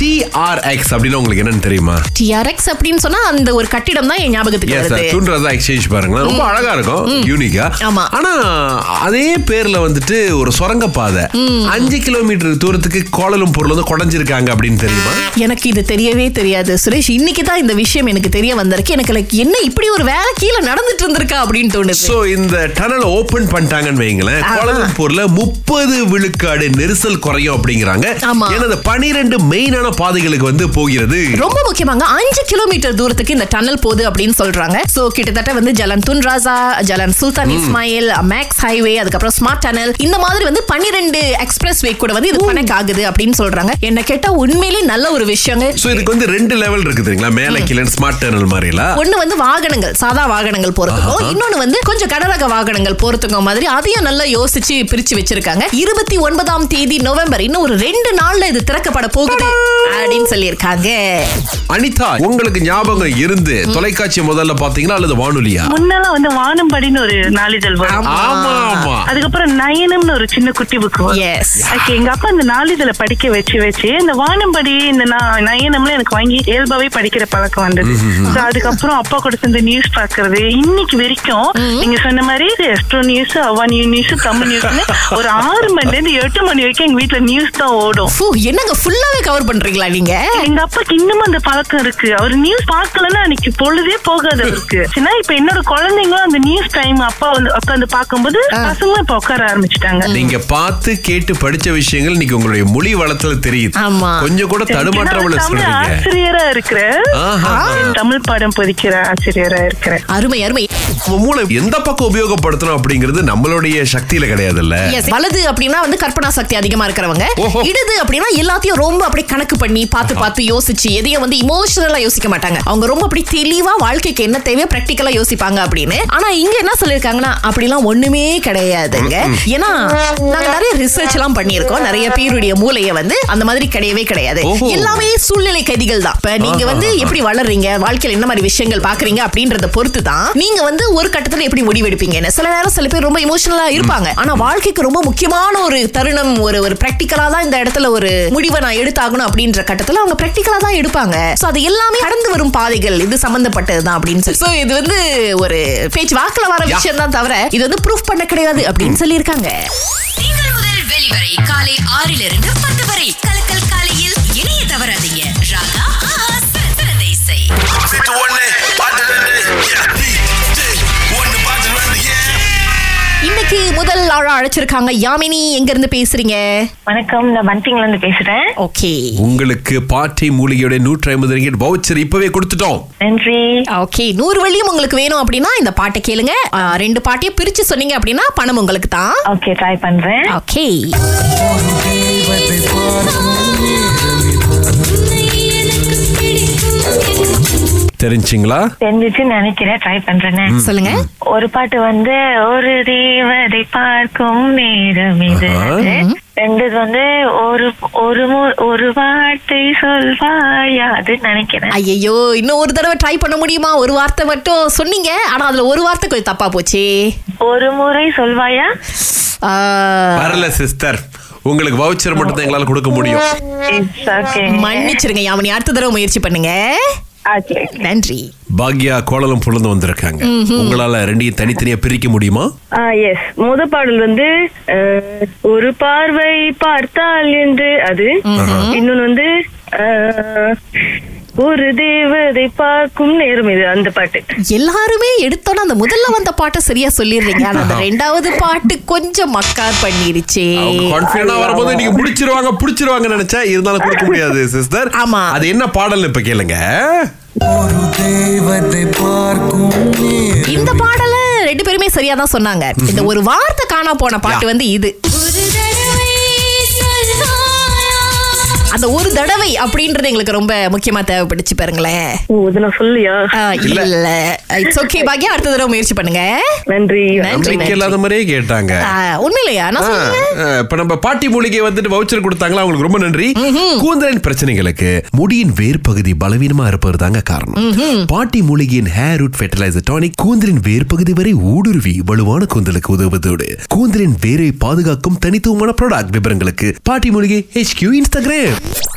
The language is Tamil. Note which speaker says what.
Speaker 1: டிஆர்எக்ஸ் அப்படின்னு உங்களுக்கு என்னன்னு தெரியுமா
Speaker 2: டிஆர்எக்ஸ் அப்படின்னு சொன்னா அந்த ஒரு கட்டிடம் தான் என் ஞாபகத்துக்கு
Speaker 1: எஸ்
Speaker 2: வருது
Speaker 1: துன்றதா எக்ஸ்சேஞ்ச் பாருங்களேன் ரொம்ப அழகா இருக்கும் யூனிக்கா
Speaker 2: ஆமா.
Speaker 1: ஆனா அதே பேர்ல வந்துட்டு ஒரு சுரங்க பாதை அஞ்சு கிலோமீட்டர் தூரத்துக்கு கோலலும் பொருள் வந்து குடஞ்சிருக்காங்க அப்படின்னு தெரியுமா
Speaker 2: எனக்கு இது தெரியவே தெரியாது சுரேஷ் இன்னைக்கு தான் இந்த விஷயம் எனக்கு தெரிய வந்திருக்கு எனக்கு like என்ன இப்படி ஒரு வேலை கீழே நடந்துட்டு இருந்திருக்கா அப்படின்னு தோணுது
Speaker 1: சோ இந்த டனல் ஓபன் பண்ணிட்டாங்கன்னு வைங்களேன்
Speaker 2: ஆமா.
Speaker 1: கோலாலம்பூர்ல முப்பது விழுக்காடு நெரிசல் குறையும் அப்படிங்கிறாங்க
Speaker 2: ஆமா.
Speaker 1: ஏன்னா இந்த பனிரெண்டு மெயினான பாதைகளுக்கு வந்து போகிறது
Speaker 2: ரொம்ப முக்கியமாங்க அஞ்சு கிலோமீட்டர் தூரத்துக்கு இந்த டனல் போகுது அப்படின்னு சொல்றாங்க சோ கிட்டத்தட்ட வந்து Jalan Tun Razak Jalan Sultan Ismail MEX highway அதுக்கப்புறம் ஸ்மார்ட் டனல் இந்த மாதிரி வந்து பன்னிரெண்டு எக்ஸ்பிரஸ் வே கூட வந்து இது கனெக்ட் ஆகுது அப்படின்னு சொல்றாங்க என்ன கேட்டா உண்மையிலே நல்ல ஒரு விஷயங்க
Speaker 1: சோ இதுக்கு வந்து ரெண்டு லெவல் இருக்கு தெரியுங்களா மேல கீழே ஸ்மார்ட் டனல் மாதிரிலாம்
Speaker 2: ஒண்ணு வந்து வாகனங்கள் சாதா வாகனங்கள் போறதுக்கும் இன்னொன்னு வந்து கொஞ்சம் கனரக வாகனங்கள் போறதுக்கும் மாதிரி அதையும் நல்லா யோசிச்சு பிரிச்சு வச்சிருக்காங்க இருபத்தி ஒன்பதாம் தேதி நவம்பர் இன்னும் ஒரு ரெண்டு நாள்ல இது திறக்கப்பட போகுது அப்படின்னு சொல்லியிருக்காங்க
Speaker 1: அனிதா உங்களுக்கு ஞாபகம் இருந்து தொலைக்காட்சி முதல்ல பாத்தீங்களா அல்லது வானொலியா
Speaker 3: முன்னெல்லாம் வந்து வானம்படின்னு ஒரு நாளிதழ் வரும்
Speaker 2: ஆமா.
Speaker 1: ஆமா ஆமா
Speaker 3: அதுக்கப்புறம் நயனம்னு ஒரு சின்ன குட்டி புக்கு
Speaker 2: எஸ்
Speaker 3: ஓகே எங்க அப்பா இந்த நாளிதழை படிக்க வச்சு வச்சு இந்த வானம்படி இந்த நா- நயனம்ல எனக்கு வாங்கி இயல்பாவே படிக்கிற பழக்கம் வந்தது So, அதுக்கப்புறம் அப்பா கூட சேர்ந்து நியூஸ் பாக்குறது இன்னைக்கு வரைக்கும் நீங்க சொன்ன மாதிரி எஸ்ட்ரோ நியூஸ் அவன் நியூஸ் தமிழ் நியூஸ்னு ஒரு ஆறு மணில இருந்து எட்டு மணி வரைக்கும் எங்க வீட்டுல நியூஸ் தான் ஓடும்
Speaker 2: ஃபூ, என்னங்க ஃபுல்லாவே கவர் பண்றீங்களா நீங்க
Speaker 3: எங்க அப்பாக்கு இன்னும் அந்த பழக்கம் இருக்கு அவர் நியூஸ் பார்க்கலன்னா அன்னைக்கு பொழுதே போகாது அவருக்கு ஏன்னா இப்ப என்னோட குழந்தைங்களும் அந்த நியூஸ் டைம் அப்பா வந்து உட்காந்து பார்க்கும்போது பசங்களும் இப்ப உட்கார ஆரம்பிச்சிட்டாங்க
Speaker 1: நீங்க பார்த்து கேட்டு படிச்ச விஷயங்கள் இன்னைக்கு உங்களுடைய மொழி வளத்துல தெரியுது
Speaker 2: ஆமா.
Speaker 1: கொஞ்சம் கூட தடுமாற்றம்
Speaker 3: நான்
Speaker 1: இல்ல
Speaker 3: தமிழ்
Speaker 1: சொல்றீங்க
Speaker 3: ஆசிரியரா இருக்கிறேன்
Speaker 1: ஆஹா.
Speaker 3: தமிழ் பாடம் போதிக்கிற ஆசிரியரா இருக்கிறேன்
Speaker 2: அருமை அருமை
Speaker 1: உங்க மூளை எந்த பக்கம் உபயோகப்படுத்தணும் அப்படிங்கிறது நம்மளுடைய சக்தியில கிடையாதுல்ல
Speaker 2: Yes. வலது அப்படின்னா வந்து கற்பனா சக்தி அதிகமா இருக்கிறவங்க
Speaker 1: ஓஹோ.
Speaker 2: இடது அப்படின்னா எல்லாத்தையும் ரொம்ப அப்படியே கணக்கு பண்ணி பார்த்து பார்த்து யோசிச்சு எதையும் வந்து இமோஷனலா யோசிக்க மாட்டாங்க அவங்க ரொம்ப அப்படி தெளிவா வாழ்க்கைக்கு என்ன தேவையோ பிராக்டிக்கலா யோசிப்பாங்க அப்படின்னு ஆனா இங்க என்ன சொல்லிருக்காங்கன்னா அப்படிலாம் ஒண்ணுமே கிடையாதுங்க ஏன்னா நாங்க நிறைய ரிசர்ச் எல்லாம் பண்ணியிருக்கோம் நிறைய பேருடைய மூளையை வந்து அந்த மாதிரி கிடையவே கிடையாது
Speaker 1: ஓஹோ.
Speaker 2: எல்லாமே சூழ்நிலை கைதிகள் தான் இப்ப நீங்க வந்து எப்படி வளர்றீங்க வாழ்க்கையில என்ன மாதிரி விஷயங்கள் பாக்குறீங்க அப்படின்றத பொறுத்து தான் நீங்க வந்து ஒரு கட்டத்துல எப்படி முடிவெடுப்பீங்கன்னு சில நேரம் சில பேர் ரொம்ப இமோஷனலா இருப்பாங்க ஆனா வாழ்க்கைக்கு ரொம்ப முக்கியமான ஒரு தருணம் ஒரு ஒரு பிராக்டிக்கலா தான் இந்த இடத்துல ஒரு முடிவை நான் எடுத்தாகணும் அப்படின்ற கட்டத்துல அவங்க பிராக்டிக்கலா தான் எடுப்பாங்க சோ அது எல்லாமே கடந்து வரும் பாதைகள் இது சம்பந்தப்பட்டது தான் அப்படின்னு சொல்லி சோ இது வந்து ஒரு பேச்சு வாக்குல வர
Speaker 1: Yeah.
Speaker 2: விஷயம் தான் தவிர இது வந்து ப்ரூஃப் பண்ண கிடையாது அப்படின்னு சொல்லியிருக்காங்க
Speaker 4: திங்கள் முதல் வெளிவரை காலை ஆறிலிருந்து பத்து வரை கலக்கல் காலையில் இணைய தவறாதீங்க ராகா ஆஹா, ச- சரதேசை.
Speaker 5: Fifty one day, bottle a day. Yeah, DJ, one the bottle a day. Yeah.
Speaker 2: இன்னைக்கு முதல் ஆளா அழைச்சிருக்காங்க யாமினி எங்க இருந்து பேசுறீங்க
Speaker 6: வணக்கம் நான் பந்திங்ல இருந்து பேசுறேன்
Speaker 2: ஓகே
Speaker 1: உங்களுக்கு பாட்டி மூலிகையோட நூற்றி ஐம்பது ரிங்கிட் வவுச்சர் இப்பவே கொடுத்துட்டோம்
Speaker 6: நன்றி
Speaker 2: ஓகே நூறு வழியும் உங்களுக்கு வேணும் அப்படின்னா இந்த பாட்டை கேளுங்க ஆ, ரெண்டு பாட்டையும் பிரிச்சு சொன்னீங்க அப்படின்னா பணம் உங்களுக்கு தான்
Speaker 6: ஓகே ட்ரை பண்றேன்
Speaker 2: ஓகே
Speaker 1: தெரிஞ்சுங்களா
Speaker 6: தெரிஞ்சிச்சுன்னு நினைக்கிறேன் ட்ரை பண்றேன்
Speaker 2: சொல்லுங்க
Speaker 6: ஒரு பாட்டு வந்து ஒரு தேவதை பார்க்கும் நேரம் இது
Speaker 1: ஆஹா.
Speaker 6: ரெண்டது வந்து ஒரு ஒரு மு- ஒரு வார்த்தை சொல்வாயா அதுன்னு நினைக்கிறேன்
Speaker 2: ஐயோ இன்னும் ஒரு தடவை ட்ரை பண்ண முடியுமா ஒரு வார்த்தை மட்டும் சொன்னீங்க ஆனா அதுல ஒரு வார்த்தை கொஞ்சம் தப்பா போச்சு
Speaker 6: ஒரு முறை சொல்வாயா
Speaker 2: ஆ,
Speaker 1: வரல சிஸ்டர் உங்களுக்கு வவுச்சர் மட்டும் தான் எங்களால கொடுக்க முடியும்
Speaker 6: இட்ஸ் ஓகே
Speaker 2: மன்னிச்சிருங்க யாமினி அடுத்த தடவை முயற்சி பண்ணுங்க
Speaker 6: ஓகே
Speaker 2: நன்றி
Speaker 1: பாக்யா கோலம் புலந்து வந்திருக்காங்க உங்களால ரெண்டையும் தனித்தனியா பிரிக்க முடியுமா
Speaker 7: எஸ் முத பாடல் வந்து அஹ், ஒரு பார்வை பார்த்தால் என்று அது இன்னொன்னு வந்து அஹ், ஒரு தேவதை பார்க்கும் நேரம் இது அந்த பாட்டு
Speaker 2: எல்லாருமே எடுத்தோன்னா அந்த முதல்ல வந்த பாட்டை சரியா சொல்லிடுறீங்க ஆனா அந்த ரெண்டாவது பாட்டு கொஞ்சம் மக்கார் பண்ணிருச்சு
Speaker 1: அவங்க கான்பிடண்டா வரும்போது நீங்க முடிச்சிருவாங்க புடிச்சிருவாங்க நினைச்சா இருந்தாலும் கொடுக்க முடியாது சிஸ்டர்
Speaker 2: ஆமா.
Speaker 1: அது என்ன பாடல் இப்ப கேளுங்க
Speaker 2: இந்த பாடல ரெண்டு பேருமே சரியா தான் சொன்னாங்க இந்த ஒரு வார்த்தை காணா போன பாட்டு வந்து இது அந்த
Speaker 4: ஒரு தடவை சொல்வாயா?
Speaker 2: ஒரு தடவை அப்படின்றது எங்களுக்கு ரொம்ப முக்கியமா தேவைப்பட்டுச்சு பாருங்களேன்
Speaker 7: ஓ இதுல சொல்லியா
Speaker 2: ஆ,
Speaker 1: இல்ல.
Speaker 2: இல்ல இட்ஸ் ஓகே பாக்கியா அடுத்த தடவை முயற்சி பண்ணுங்க
Speaker 7: நன்றி
Speaker 2: நன்றி
Speaker 1: நம்பிக்கை இல்லாத மாதிரியே கேட்டாங்க
Speaker 2: ஆ, உண்மையிலையா நான்
Speaker 1: ஆ,
Speaker 2: சொல்லுங்க
Speaker 1: ஆ, இப்ப நம்ம பாட்டி மூலிகை வந்துட்டு வவுச்சர் கொடுத்தாங்களா அவங்களுக்கு ரொம்ப நன்றி கூந்தலின் பிரச்சனைகளுக்கு முடியின் வேர் பகுதி பலவீனமா இருப்பது தாங்க காரணம் பாட்டி மூலிகையின் ஹேர் ரூட் ஃபெர்டிலைசர் டானிக் கூந்தலின் வேர் பகுதி வரை ஊடுருவி வலுவான கூந்தலுக்கு உதவுவதோடு கூந்தலின் வேரை பாதுகாக்கும் தனித்துவமான ப்ராடக்ட் விவரங்களுக்கு பாட்டி மூலிகை HQ இன்ஸ்டாகிராம்